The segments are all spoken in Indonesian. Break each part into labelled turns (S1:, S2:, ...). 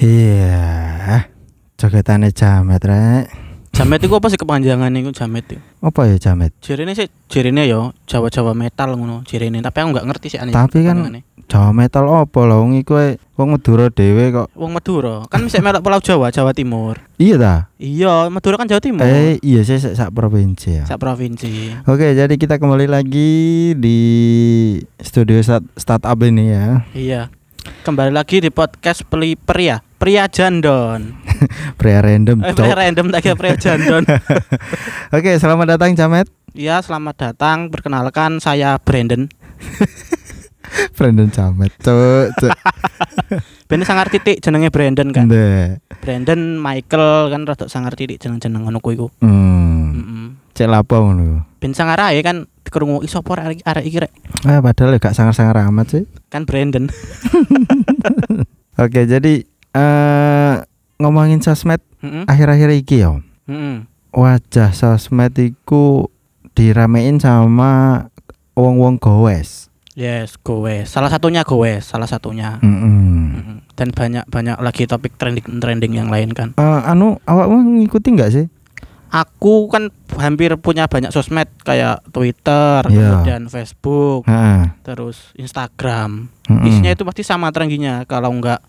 S1: Iya. Jogetane jamet rek.
S2: Jamet itu apa sih kepanjangannya itu jamet itu?
S1: Apa ya jamet?
S2: Jirine sih jirine ya Jawa-Jawa metal ngono jirine tapi aku nggak ngerti sih aneh.
S1: Tapi kan-
S2: kepanjangannya.
S1: Jawa metal apa lho wong iku e wong Madura dhewe kok.
S2: wong Madura kan bisa melok Pulau Jawa, Jawa Timur.
S1: Iya ta?
S2: Iya, Madura kan Jawa Timur.
S1: Eh iya sih sak sak provinsi ya.
S2: Sak provinsi.
S1: Oke, jadi kita kembali lagi di studio start- startup ini ya.
S2: Iya. Kembali lagi di podcast Peli Pria, Pria Jandon.
S1: Pria random.
S2: Eh,
S1: Cok.
S2: pria random tak kira Pria Jandon.
S1: Oke, selamat datang Jamet.
S2: Iya, selamat datang. Perkenalkan saya Brandon.
S1: Brandon Jamet. Cuk, cuk.
S2: Ben sangar titik jenenge Brandon kan.
S1: Ndek.
S2: Brandon Michael kan rada sangar titik jeneng-jeneng ngono kuwi ku.
S1: Hmm.
S2: Heeh.
S1: Cek lapo ngono.
S2: Ben sangar ae kan dikerungu iso apa arek arek iki rek.
S1: Ah, padahal ya gak sangar-sangar amat sih.
S2: Kan Brandon.
S1: Oke, jadi eh ngomongin sosmed
S2: Heeh.
S1: akhir-akhir iki ya.
S2: Heeh.
S1: Wajah sosmed iku diramein sama wong-wong gowes.
S2: Yes, goes. Salah satunya goes, salah satunya.
S1: Mm. Mm-mm.
S2: Mm-mm. Dan banyak-banyak lagi topik trending-trending yang lain kan.
S1: Eh, anu awakmu ngikuti nggak sih?
S2: Aku kan hampir punya banyak sosmed kayak Twitter,
S1: Iya. Mm.
S2: kemudian Facebook,
S1: Heeh.
S2: terus Instagram.
S1: Mm-mm.
S2: Isinya itu pasti sama trendingnya. Kalau nggak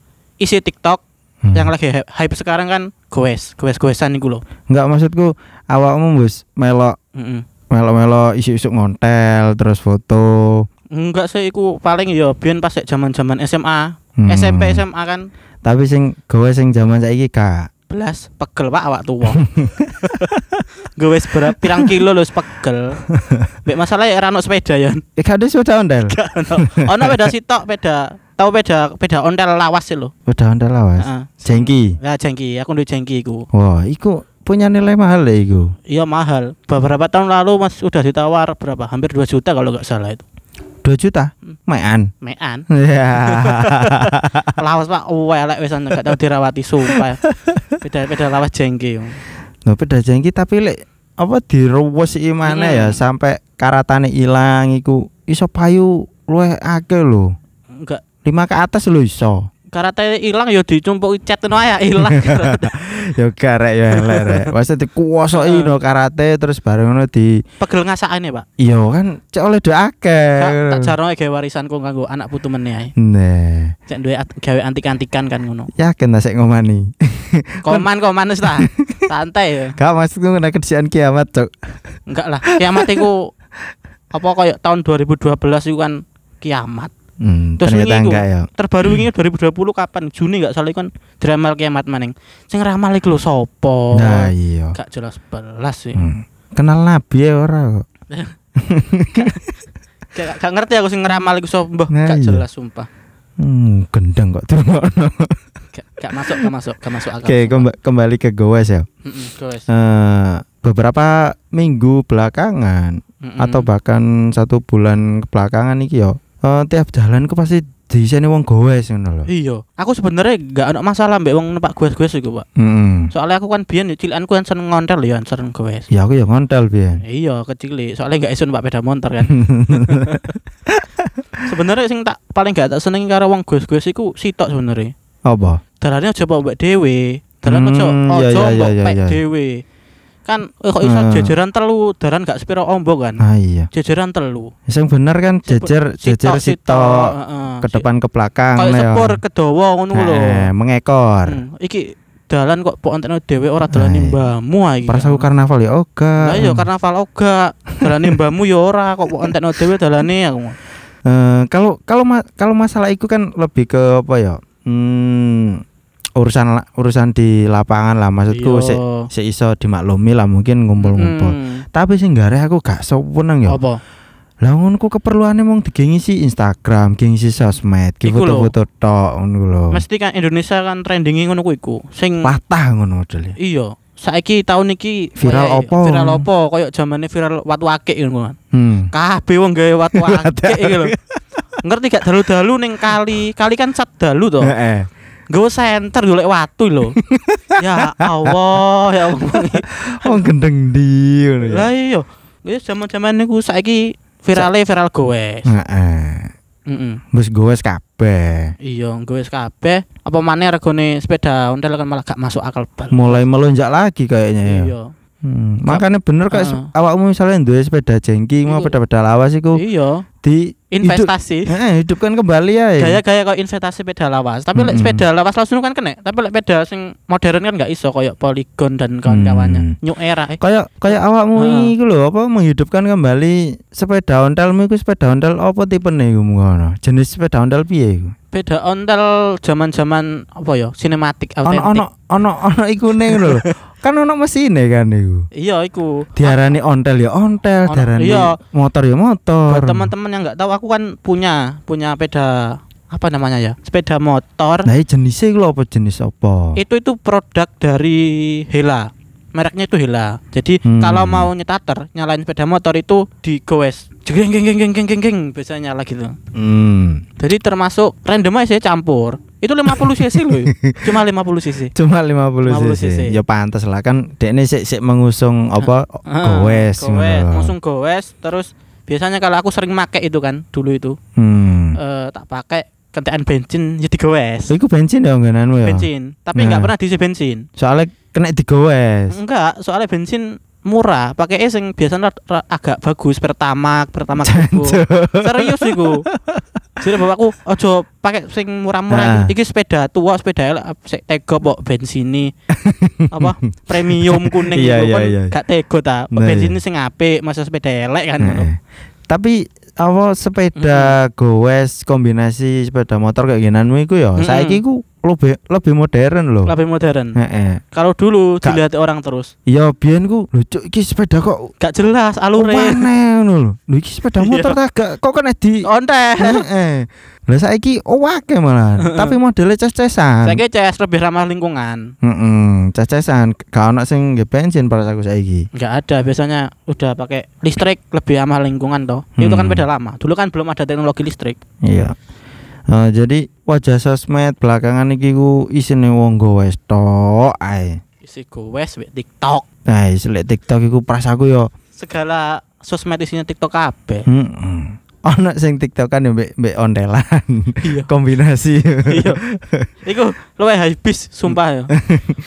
S2: isi TikTok
S1: Hmm.
S2: yang lagi hy- hype sekarang kan goes, goes-goesan itu loh.
S1: nggak maksudku awakmu bus melok
S2: Mm-mm.
S1: melok-melok isu-isu ngontel terus foto.
S2: Enggak sih, aku paling ya biar pas zaman-zaman SMA,
S1: Hmm.
S2: SMP, SMA kan
S1: Tapi sing gowes sing zaman saiki kak.
S2: belas pegel pak awak tuwa gue wis berapa pirang kilo lho wis pegel Mbak masalah ya rano sepeda ya
S1: Eh, kades udah ondel.
S2: ono peda sitok peda tau peda peda ontel lawas sih lo
S1: Udah ondel awas.
S2: Heeh.
S1: Jengki.
S2: ya jengki aku udah jengki iku
S1: Wah, iku punya nilai mahal ya iku.
S2: iya mahal beberapa tahun lalu mas udah ditawar berapa hampir 2 juta kalau nggak salah itu
S1: 2 juta.
S2: Hmm.
S1: Mayan.
S2: mean
S1: Ya.
S2: lawas pak welek wis nggak tau dirawati sumpah peda peda lawas jengki yo.
S1: Lho beda jengki tapi lek apa diruwes iki maneh ya
S2: Mm.
S1: sampai karatane ilang iku iso payu luweh akeh lho.
S2: enggak
S1: Lima ke atas lho iso.
S2: karate ilang yo dicumpuk cat no ya ilang
S1: ya karek ya elek rek. Masa dikuwasoi no karate terus bareng ngono di
S2: pegel ngasakane pak
S1: iya kan cek oleh do akeh.
S2: Kak, tak jarno gawe warisanku nganggo anak putu meneh ae.
S1: Nah,
S2: Cek duwe at- gawe antik-antikan kan ngono.
S1: yakin ta sik ngomani.
S2: Koman koman wis ta. Santai ya.
S1: Gak maksudku ngene kedisian kiamat, Cuk.
S2: Enggak lah. Kiamat iku apa koyo tahun 2012 itu kan kiamat.
S1: Hmm,
S2: Terus
S1: ternyata
S2: wingi iku-
S1: enggak ya.
S2: Terbaru ini 2020 kapan? Juni enggak salah iku kan drama kiamat maning. Sing ramal iku lho sapa?
S1: Nah, iya.
S2: Oh, Gak iya. jelas belas sih.
S1: Hmm. Kenal nabi ya ora kok.
S2: Gak, gak ngerti aku sing ngeramal iku sapa. Mbah,
S1: Nah,
S2: Gak
S1: iya.
S2: jelas sumpah.
S1: Hmm, gendeng kok dirungokno.
S2: Gak, gak masuk, gak masuk, gak masuk akal.
S1: Oke, kemba- kembali ke Gowes ya.
S2: Heeh, guys.
S1: Eh, beberapa minggu belakangan
S2: Mm-mm.
S1: atau bahkan satu bulan belakangan iki yo. eh, tiap jalan ku pasti diiseni wong Gowes ngono lho.
S2: Iya, aku sebenarnya gak ada masalah mbek wong numpak gue-gue iku, Pak.
S1: Mm-mm.
S2: Soalnya aku kan biyen cilikanku kan seneng ngontel ya, seneng gue.
S1: Ya aku ya ngontel biyen.
S2: Iya, kecil. Soalnya gak iso numpak sepeda motor kan. sebenarnya sing tak paling gak tak seneng karo wong gue-gue iku sitok sebenarnya.
S1: Apa?
S2: Dalane aja mbok mbek dhewe. Dalan
S1: Hmm, iya,
S2: aja aja
S1: iya,
S2: mbok
S1: iya,
S2: mbek
S1: iya.
S2: dhewe. Kan eh, kok iso
S1: Hmm.
S2: jajaran telu, dalan gak sepiro ombo kan.
S1: Ah iya.
S2: Jajaran telu.
S1: Sing bener kan jejer jejer sitok
S2: heeh.
S1: ke depan ke belakang
S2: Ah, iya. Kayak
S1: ya.
S2: sepur kedawa ngono
S1: Nah,
S2: lho.
S1: eh, mengekor.
S2: Hmm, iki dalan kok pok enteno dhewe ora dalane
S1: Nah, iya.
S2: mbamu ae. iki. kan.
S1: Pas aku karnaval ya oga.
S2: Lah iya karnaval oga. Dalane mbamu ya ora kok pok enteno dhewe dalane ya, aku.
S1: Eh, kalau kalau ma- kalau masalah itu kan lebih ke apa ya? Hmm, urusan la- urusan di lapangan lah maksudku
S2: Iya.
S1: sik sik iso dimaklumi lah mungkin ngumpul-ngumpul.
S2: Mm-mm.
S1: Tapi sing nggare aku gak seneng ya.
S2: Hmm. Apa?
S1: Lah ngono keperluane mung digengi si Instagram, gengsi sosmed, ki
S2: Iku lho.
S1: foto-foto tok ngono ku lho.
S2: Mesti kan Indonesia kan trendingi ngono kuwi iku. Sing
S1: Patah ngono modele.
S2: iya. Saiki tahun iki
S1: Viral
S2: kayak-
S1: apa?
S2: Viral apa? Kayak zamane viral watu akik ngono kan.
S1: Hmm.
S2: Kabeh wong gawe watu
S1: Watu
S2: akik iki lho. Ngerti gak dalu-dalu ning kali. Kali kan cat dalu to.
S1: Heeh.
S2: Gue senter golek watu lho. ya Allah, ya Allah. iya.
S1: Wong Oh, gendeng di ngono ya.
S2: Lah iya. Wis zaman-zaman niku saiki virale viral goes.
S1: Heeh.
S2: Heeh.
S1: wis gowes kabeh.
S2: Iya, nggo wis kabeh. Apa maneh regane sepeda ontel kan malah gak masuk akal bal.
S1: Mulai melonjak lagi kayaknya ya.
S2: Iya.
S1: Hmm, makanya bener kayak
S2: Heeh.
S1: awakmu misalnya duwe sepeda jengking mau
S2: Iku-
S1: sepeda lawas iku
S2: Iya,
S1: di hidup- Iya.
S2: investasi.
S1: Heeh, hidupkan kembali ya.
S2: Gaya-gaya kok investasi sepeda lawas, tapi lek
S1: Mm-mm.
S2: sepeda lawas langsung kan kena, tapi lek sepeda sing modern kan gak iso koyo Polygon dan
S1: Hmm.
S2: kawan-kawannya. New era. Eh.
S1: Kayak kayak awakmu
S2: Heeh.
S1: iku lho apa menghidupkan kembali sepeda ontelmu iku sepeda ontel apa tipene iku ngono? Jenis sepeda ontel piye iku?
S2: Sepeda ontel zaman-zaman apa ya? Sinematik
S1: Ono ono
S2: autentik.
S1: ono ono ikune ngono lho. Kan ono mesine kan iku.
S2: Iya, iku.
S1: Diarani ontel ya ontel,
S2: Ono-
S1: diarani
S2: iya.
S1: motor ya motor.
S2: Buat teman-teman yang nggak tahu, aku kan punya punya sepeda apa namanya ya? Sepeda motor.
S1: Nah, iki jenise iku lho apa jenis apa?
S2: itu itu produk dari Hela mereknya itu Hela jadi
S1: Hmm.
S2: kalau mau nyetater nyalain sepeda motor itu digoes jeng jeng jeng jeng jeng jeng jeng biasanya nyala gitu
S1: Hmm.
S2: jadi termasuk randomize campur itu 50 cc loh cuma 50 cc
S1: Cuma 50 cc.
S2: 50 cc.
S1: Ya pantes lah kan dekne sik sik mengusung apa
S2: Ah,
S1: gowes ngono.
S2: goes langsung goes terus biasanya kalau aku sering make itu kan dulu itu
S1: Hmm.
S2: eh, tak pakai kentekan bensin jadi goes
S1: Iku bensin ya nggonanmu ya.
S2: bensin tapi nggak
S1: Nah.
S2: pernah diisi bensin
S1: Soalnya kena digowes.
S2: Enggak, soalnya bensin murah, pakai es yang biasanya ra- ra- agak bagus pertama pertama
S1: Jancuk.
S2: Serius iku. Jadi bapakku ojo pakai sing murah-murah
S1: Ah.
S2: iki, iki sepeda tua, sepeda elek ap- sik tega kok bensini apa premium kuning
S1: Iya,
S2: iku
S1: iya,
S2: kan
S1: iya.
S2: gak tega ta.
S1: Nah, iya.
S2: Bensinnya sing apik, masa sepeda elek kan ngono.
S1: Heeh. Tapi apa sepeda gowes kombinasi sepeda motor kayak ginanmu iku ya.
S2: Mm-mm.
S1: Saiki iku lebih lebih modern loh.
S2: Lebih modern.
S1: Heeh.
S2: Kalau dulu
S1: Nah. Gak-
S2: dilihat orang terus,
S1: Ya biyen ku lucu iki sepeda kok
S2: gak jelas alure.
S1: Aneh ngono lho. Lho iki sepeda
S2: Iya. Oh.
S1: motor ta gak kok kena di Nah.
S2: Onte.
S1: Heeh. Lah saiki owake malah, tapi modelnya ces-cesan.
S2: Saiki CS lebih ramah lingkungan.
S1: Heeh, ces-cesan. Gak ono sing nggih bensin para aku saiki.
S2: nggak ada biasanya udah pakai listrik lebih ramah lingkungan toh itu kan
S1: Hmm.
S2: beda lama dulu kan belum ada teknologi listrik
S1: Iya. Eh, jadi wajah sosmed belakangan iki ku isine wong gowes tok ae.
S2: isi gowes wek tiktok
S1: Nah, selek TikTok iku prasaku yo.
S2: segala sosmed isinya tiktok kabeh
S1: Heeh. Ono sing TikTokan yo mbek mbek ontelan.
S2: iya
S1: Kombinasi.
S2: iya iku luwe habis sumpah ya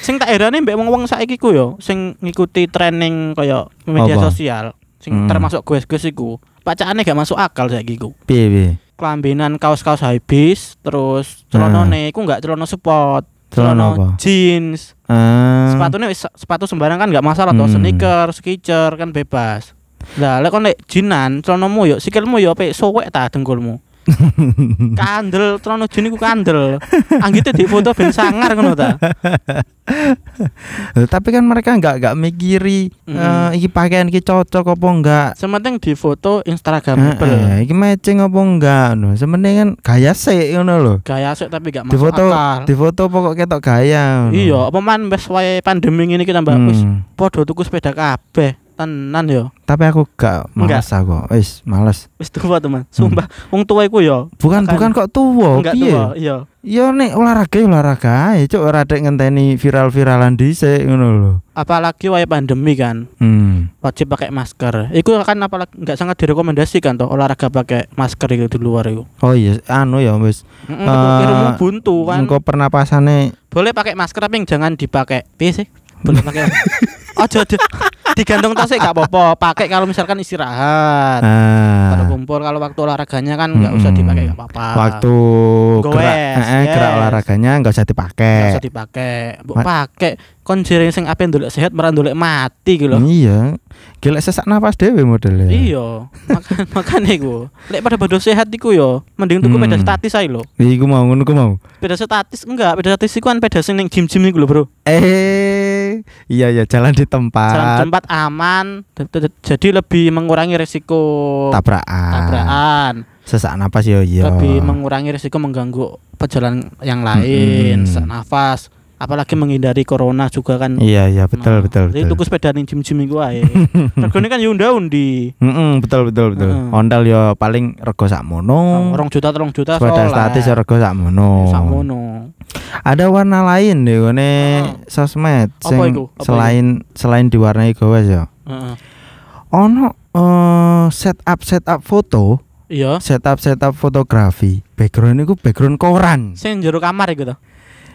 S2: sing tak herane mbek wong-wong saiki ku yo sing ngikuti training kaya media
S1: Apa?
S2: sosial sing
S1: Hmm.
S2: termasuk gowes-gowes iku pacakane gak masuk akal saiki ku
S1: Piye piye?
S2: kelambinan kaos-kaos habis terus celonone iku nggak celono sport
S1: Nah. Celana apa?
S2: jeans
S1: Eh,
S2: sepatunya wis- sepatu sembarang kan nggak masalah toh
S1: Hmm.
S2: sneaker skicer kan bebas lah lek kon lek jinan celanamu yo sikilmu yo apik sowek ta dengkulmu kandel celana jin iku kandel anggite di foto ben sangar ngono ta
S1: Eh, tapi kan mereka nggak nggak mikiri eh
S2: Mm.
S1: iki pakaian iki cocok apa enggak
S2: sementing di foto
S1: Iya,
S2: instagramable
S1: Heeh, iki matching apa enggak no. Sementing kan gaya sik ngono lho.
S2: gaya asik tapi gak
S1: Di
S2: masuk
S1: foto-
S2: akal
S1: Di foto pokok ketok gaya ngono.
S2: iya apa man wis wae pandemi ngene iki tambah wis
S1: Hmm.
S2: padha tuku sepeda kabeh tenan yo
S1: Tapi aku gak
S2: Enggak.
S1: malas aku. Wis, malas.
S2: wis tua teman sumpah wong tua iku yo
S1: Bukan
S2: Makan.
S1: bukan kok tuwa,
S2: enggak
S1: Hmm. Oh, piye?
S2: tua iya
S1: Ya nek olahraga ya olahraga ae, cuk ora dek ngenteni viral-viralan dhisik ngono lho.
S2: apalagi wae pandemi kan
S1: Hmm.
S2: wajib pakai masker. Itu kan apalagi nggak sangat direkomendasikan toh olahraga pakai masker itu di luar itu.
S1: Oh iya, anu ya wis.
S2: Mm
S1: Eh,
S2: uh, buntu kan.
S1: Engko pernapasane
S2: Boleh pakai masker tapi jangan dipakai. Piye sih? Boleh pakai. Ojo di- digantung tas sih nggak apa-apa. Pakai kalau misalkan istirahat. Kalau
S1: ah,
S2: kumpul kalau waktu olahraganya kan nggak usah
S1: Mm-mm.
S2: dipakai nggak apa-apa.
S1: waktu gerak, eh,
S2: Goes,
S1: eh, gerak
S2: yes.
S1: olahraganya nggak usah dipakai.
S2: Nggak usah dipakai. Mbok pakai kon jering sing ape ndolek sehat malah ndolek mati gitu loh.
S1: Iya. Gila sesak nafas dhewe modelnya.
S2: Iya, makan makane iku. Lek pada bodo sehat iku yo, mending tuku
S1: Hmm.
S2: sepeda statis ae lho.
S1: Iku mau ngono ku mau.
S2: Beda statis enggak, beda statis itu kan beda sing ning gym-gym iku lho, Bro.
S1: Eh, iya ya jalan di tempat.
S2: Jalan tempat aman, d- d- d- jadi lebih mengurangi resiko
S1: tabrakan.
S2: tabrakan,
S1: Sesak napas yo yo.
S2: lebih mengurangi resiko mengganggu pejalan yang lain,
S1: iya. Mm-mm.
S2: sesak nafas, apalagi menghindari corona juga kan.
S1: Iya iya betul
S2: Nah,
S1: betul.
S2: Jadi
S1: betul.
S2: tuku sepeda ning gym-gym iku ae. Regane kan yo undi.
S1: Mm-mm, betul betul betul.
S2: Mm.
S1: Ondal yo paling rego sakmono.
S2: 2 juta 3 juta
S1: Oh.
S2: Ya,
S1: Sepeda
S2: soalnya.
S1: statis Oh. yo rego sakmono.
S2: Sakmono.
S1: Ada warna lain deh ngene
S2: Mm.
S1: sosmed
S2: Apa
S1: sing
S2: iku? Apa
S1: selain selain ya. diwarnai gowes yo.
S2: Heeh.
S1: Ono eh, setup setup foto
S2: Iya.
S1: setup setup fotografi background itu background koran
S2: Sing jero kamar iku to.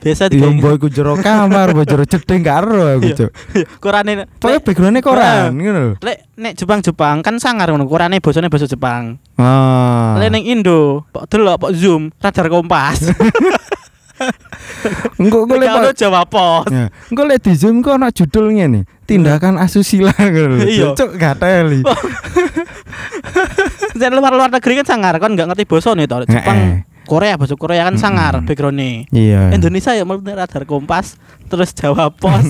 S2: Biasa
S1: Iya
S2: digawe
S1: boy ku jero kamar boy jero cedeng karo aku
S2: Iya. Nah.
S1: cuk
S2: kurane.
S1: pokoknya
S2: Lek-
S1: backgroundnya koran ngono lho
S2: Lek nek Jepang-Jepang kan sangar ngono, kurane basane basa Jepang.
S1: ah
S2: Lek ning Indo, pok delok pok zoom, radar kompas.
S1: engko engko lek
S2: Kalau Jawa Pos.
S1: Ya, engko lek di zoom kok ana judul ngene tindakan asusila ngono
S2: Iya.
S1: lho cuk gak teli
S2: Jan luar-luar negeri kan sangar, kan enggak ngerti basane
S1: Nah,
S2: to. Jepang,
S1: Heeh.
S2: Korea, basa Korea kan sangar
S1: Mm-mm.
S2: background-e.
S1: iya
S2: Indonesia ya mlebu radar kompas, terus Jawa Pos.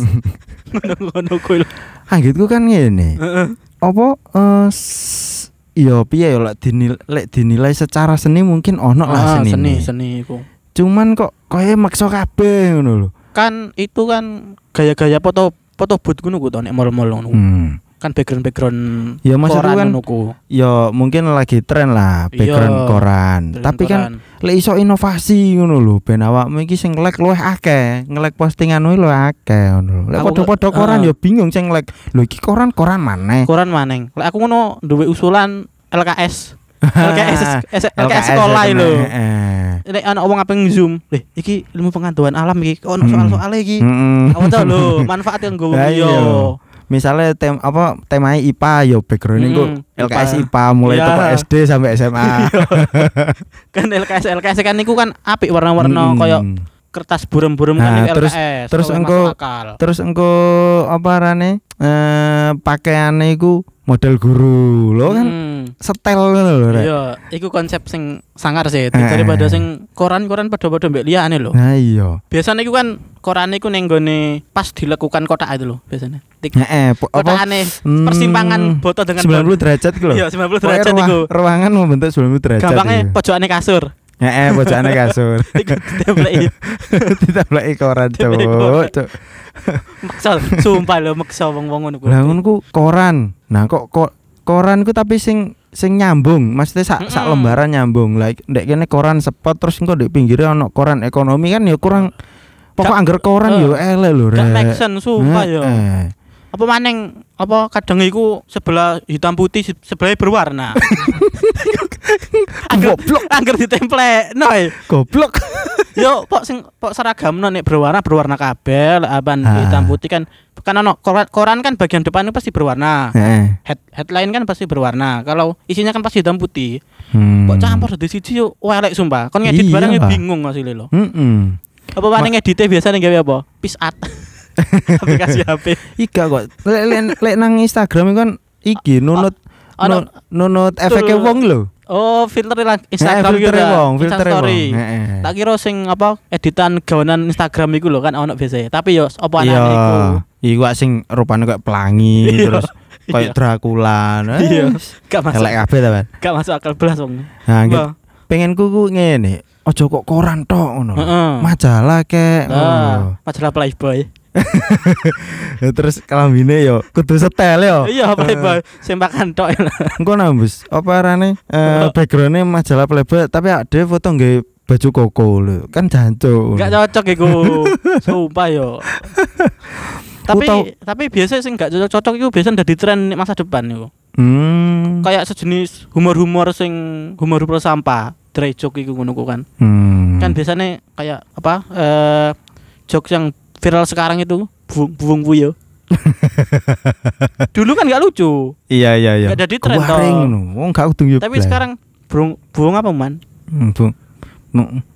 S2: Ngono-ngono kuwi. lho.
S1: anggitku kan ngene
S2: Heeh.
S1: apa eh s- ya piye ya lek dinilai, lek dinilai secara seni mungkin ono
S2: Ah,
S1: lah Oh, seni,
S2: seni, seni iku.
S1: cuman kok koyo maksa kabeh ngono lho
S2: kan itu kan gaya-gaya foto foto booth ngono ku to nek mall-mall ngono.
S1: hmm.
S2: Kan background-background
S1: ya maksudku
S2: koran
S1: kan
S2: ngono ku.
S1: ya mungkin lagi tren lah background
S2: Iya.
S1: koran tapi kan
S2: Koran.
S1: lek iso inovasi ngono lho ben awakmu iki sing nge-like luwih akeh nge-like postingan luwih akeh ngono lho lek
S2: Aku
S1: padha-padha
S2: nge-
S1: koran
S2: ah.
S1: ya bingung sing nge-like lho iki koran koran maneh
S2: koran maneng. Lek aku ngono duwe usulan LKS. LKS S- LKS sekolah
S1: ya
S2: lho.
S1: kena, heeh.
S2: Nek ana wong apa zoom, leh iki ilmu pengetahuan alam iki kok ono
S1: Mm.
S2: soal-soal iki.
S1: Mm-mm.
S2: Aku tau lho, manfaat yang gue
S1: Lah
S2: yo.
S1: iya. misalnya tem apa e temanya IPA yo background iku
S2: Mm,
S1: LKS
S2: IPA.
S1: IPA mulai
S2: Iya.
S1: toko SD sampai SMA
S2: Kan LKS LKS kan niku kan apik warna-warna
S1: Mm.
S2: koyo kertas burem-burem
S1: Nah,
S2: kan niku
S1: terus-
S2: LKS.
S1: terus
S2: koyo
S1: engko-
S2: masuk akal.
S1: terus engko apa arane eh pakaiane iku model guru lho kan
S2: Mm.
S1: setel ngono lho Rek.
S2: Iya, iku konsep sing sangar sih.
S1: Eh.
S2: Daripada sing koran-koran padha-padha mbek liyane lho.
S1: nah iya
S2: Biasanya iku kan koran iku ning nggone pas dilekukan kotak itu lho biasanya. Tik
S1: Heeh, po- apa
S2: kotakane
S1: Hmm,
S2: persimpangan boto dengan
S1: 90 derajat ku lho.
S2: Iya, 90
S1: Pokoknya
S2: derajat
S1: ruang-
S2: iku.
S1: Ruangan membentuk 90 derajat.
S2: Gampangnya
S1: iku.
S2: pojokane kasur.
S1: Heeh, pojokane kasur.
S2: Iku ditempleki.
S1: Ditambahi koran
S2: Ditambahi
S1: cuk.
S2: koran.
S1: cuk.
S2: Maksa, sumpah lho maksa wong-wong ngono kuwi.
S1: Lah ngono ku koran. Nah kok kok koran ku tapi sing sing nyambung, maksudnya sak sak
S2: Mm-mm.
S1: lembaran nyambung. Lah ndek kene koran sepot terus engko ndek pinggire ono koran ekonomi kan ya kurang pokok
S2: Gak-
S1: angger koran
S2: eh,
S1: yo elek lho
S2: Gak make
S1: rek. Nah,
S2: sense, sumpah ya. yo.
S1: Heeh.
S2: Apa maning apa kadang iku sebelah hitam putih se- sebelahnya berwarna. Angger
S1: Goblok,
S2: angger ditemplek. Noi.
S1: goblok.
S2: Yo, pok sing pok seragamno nek berwarna berwarna kabel, aban
S1: Ah.
S2: hitam putih kan kan ono koran, koran kan bagian depan itu pasti berwarna.
S1: Heeh.
S2: Head, headline kan pasti berwarna. Kalau isinya kan pasti hitam putih.
S1: Hmm.
S2: Pok campur di siji yo elek sumpah. Kon ngedit
S1: Iya,
S2: barang yo
S1: Pak.
S2: bingung hasilnya lo.
S1: Heeh.
S2: Apa paling ngeditnya biasanya gawe apa? Pis art. Aplikasi HP.
S1: Iga kok. Lek lek lek nang Instagram iku kan iki nunut
S2: Oh,
S1: nun-
S2: Ono
S1: nunut efeke wong lho.
S2: oh filter lah
S1: Heeh,
S2: Instagram gitu
S1: filtere
S2: lah.
S1: Eh, wong,
S2: Insta
S1: filtere wong. Eh.
S2: story.
S1: Heeh.
S2: Tak kira sing apa editan gawanan Instagram iku lho kan ono biasanya. Tapi yo apa
S1: Iya.
S2: anane iku.
S1: Iku wak sing rupane kayak pelangi
S2: Iya.
S1: terus kayak Dracula.
S2: Iya. Gak masuk.
S1: Elek ya? kabeh ta, Pak.
S2: Gak masuk akal belas wong.
S1: Nah, gitu.
S2: Wah.
S1: pengen ku ku ngene. Ojo kok koran tok ngono. lho.
S2: Heeh.
S1: Majalah kek. ngono lho.
S2: Ah, majalah Playboy.
S1: Ya, Terus kelambine yo kudu setel yo.
S2: Iya,
S1: Eh.
S2: Playboy. Sempakan tok.
S1: Engko nambus apa arane eh
S2: Enggak.
S1: backgroundnya majalah Playboy tapi ade foto nggih baju koko lho. Kan jancuk.
S2: Gak cocok iku. Sumpah yo. Tapi
S1: Utau-
S2: tapi biasa sing gak cocok-cocok iku biasa dari tren masa depan iku.
S1: Hmm.
S2: Kayak sejenis humor-humor sing humor-humor sampah, dry joke iku ngono ku kan.
S1: Hmm.
S2: Kan biasanya kayak apa? Eh jokes yang viral sekarang itu buung-buung yo. Dulu kan gak lucu,
S1: iya iya iya.
S2: gak jadi tren toh.
S1: Kewaring ngono. Wong gak kudu yo.
S2: Tapi
S1: blay.
S2: sekarang burung buung apa man?
S1: Hmm, bu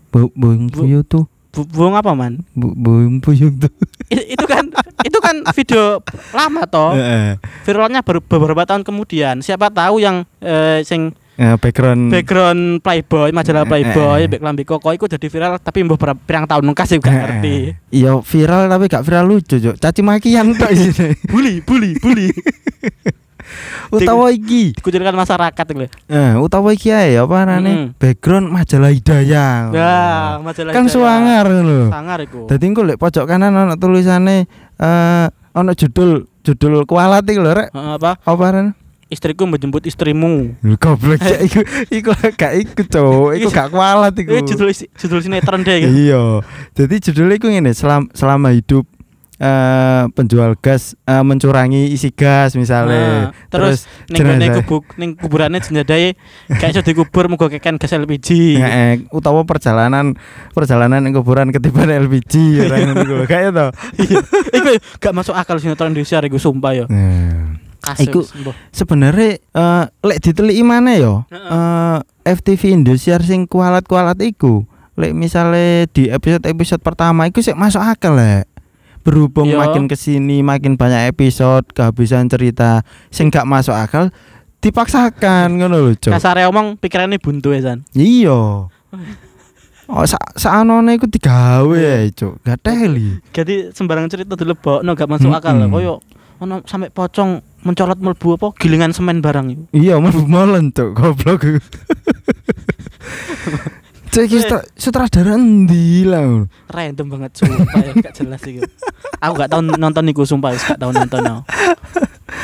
S1: bu bu bu
S2: Bu-
S1: buyung tuh
S2: Bu, buung apa man?
S1: bu bu buyung tuh.
S2: I- itu kan itu kan video lama toh
S1: Heeh.
S2: viralnya baru beberapa tahun kemudian siapa tahu yang eh, sing
S1: Eh, background
S2: background playboy
S1: Eh,
S2: majalah
S1: eh,
S2: playboy
S1: eh.
S2: back lambi koko itu jadi viral tapi mbah berapa pirang tahun nungkas juga
S1: Heeh.
S2: ngerti
S1: Eh, Iya viral tapi gak viral lucu, Cuk. Caci makian tok isine.
S2: bully bully bully
S1: utawa iki.
S2: dikucilkan masyarakat gitu
S1: Eh, utawa iki ae apa
S2: Mm-mm.
S1: nane? Background majalah Hidayah.
S2: nah Hmm. majalah
S1: Oh. Kan
S2: Hidayah.
S1: suangar lho.
S2: sangar iku
S1: Dadi engko lek pojok kanan ana tulisane eh ana judul judul kualat iki lho rek.
S2: Eh, apa
S1: Apa nane?
S2: istriku menjemput istrimu
S1: Lu goblok ya iku iku gak iku cuk, iku gak kualat
S2: Iya, Eh,
S1: iku.
S2: itu judul judul sinetron deh gitu.
S1: Iya. Jadi judulnya iku ngene, selam, selama hidup eh, penjual gas eh, mencurangi isi gas misalnya
S2: Nah, terus, ning
S1: jenazah-
S2: gone kubuk ning kuburane jenazah e, gak iso dikubur muga keken gas LPG.
S1: Heeh, utawa perjalanan perjalanan yang kuburan ketiban LPG orang ngono lho kayak to.
S2: Iku gak masuk akal sinetron Indonesia iku sumpah yo. Kasus.
S1: Iku-
S2: sumpah.
S1: Sebenarnya eh, lek diteliti mana yo? Eh FTV Indosiar sing kualat-kualat iku. Lek misale di episode-episode pertama iku sik masuk akal lek. Berhubung
S2: Yo.
S1: makin kesini makin banyak episode kehabisan cerita sing gak masuk akal dipaksakan ngono lho, Cok.
S2: Kasare omong pikirannya buntu ya San.
S1: Iya. Oh, sa saanone iku digawe ya, Cuk. Gak teli.
S2: Jadi sembarang cerita dilebokno gak masuk akal lah
S1: Mm-mm.
S2: koyo ono sampe pocong mencolot melbu apa gilingan semen barang iku.
S1: Iya, mau molen, Cuk. Goblok. Cuk, iki sutra- sutradara endi lah.
S2: Random banget sumpah ya gak jelas iku. Aku gak tau nonton iku sumpah wis gak tau nonton. aku.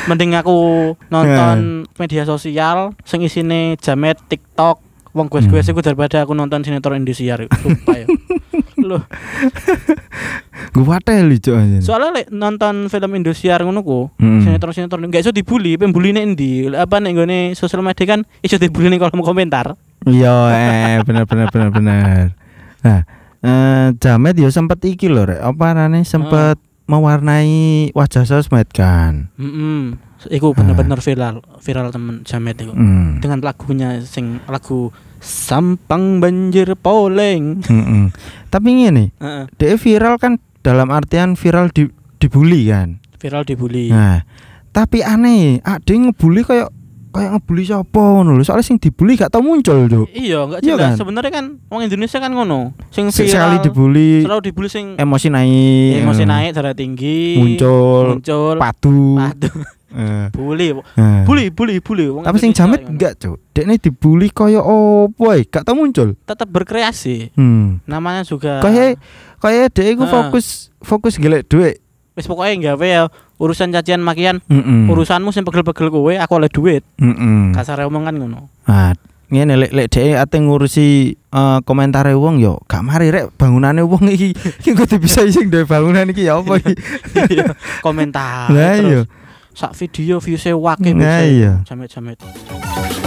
S2: Mending aku nonton media sosial sing isine jamet TikTok wong gue-gue
S1: Hmm.
S2: iku daripada aku nonton sinetron Indosiar iku, sumpah ya. Loh,
S1: Gua teli, Cuk. anjir.
S2: soalnya lek nonton film Indosiar ngono ku,
S1: Mm-mm.
S2: sinetron-sinetron nggak iso dibully, pembuline endi? Lek Apa nek nggone sosial media kan iso dibully ning kolom komentar.
S1: Iya, eh bener bener bener bener. Nah, eh Jamet yo sempet iki lho, Rek. Apa arane sempet
S2: Hmm.
S1: mewarnai wajah sosmed kan.
S2: Heeh. Iku
S1: Ah.
S2: bener-bener viral, viral temen jamet iku.
S1: Hmm.
S2: Dengan lagunya sing lagu Sampang Banjir Poleng.
S1: Mm-mm. Tapi ngene,
S2: Heeh,
S1: dia viral kan dalam artian viral di dibully kan.
S2: viral dibully.
S1: Nah, tapi aneh, ah dia ngebully kayak kayak ngebully siapa ngono lho. Soalnya sing dibully gak tau muncul, Cuk.
S2: Iya, enggak
S1: Iya
S2: jelas.
S1: kan?
S2: Sebenarnya kan wong Indonesia kan ngono. Sing viral
S1: Sekali dibully
S2: selalu dibully sing
S1: emosi naik,
S2: emosi
S1: eh,
S2: naik darah tinggi
S1: muncul,
S2: muncul
S1: padu.
S2: patuh
S1: eh,
S2: bully
S1: eh.
S2: bully bully bully Wong
S1: Tapi sing
S2: Indonesia
S1: jamet
S2: ngono.
S1: enggak, Cuk. Dekne dibully kaya opo ae, gak tau muncul.
S2: tetap berkreasi
S1: Hmm.
S2: namanya juga
S1: Kaya kaya dhek iku
S2: Ah.
S1: fokus fokus golek duit.
S2: wis pokoknya gawe ya urusan cacian makian
S1: Heeh.
S2: urusanmu sing pegel-pegel kowe aku oleh duit
S1: Heeh.
S2: kasar omongan ngono
S1: Ah, ngene lek lek dhek ate ngurusi eh, komentare wong yo gak mari rek bangunane wong iki iki kudu bisa sing duwe bangunan iki ya apa iki.
S2: Iya, komentar
S1: Lah iya.
S2: sak video view-se wake
S1: Nah,
S2: bisa.
S1: iya.
S2: jamet-jamet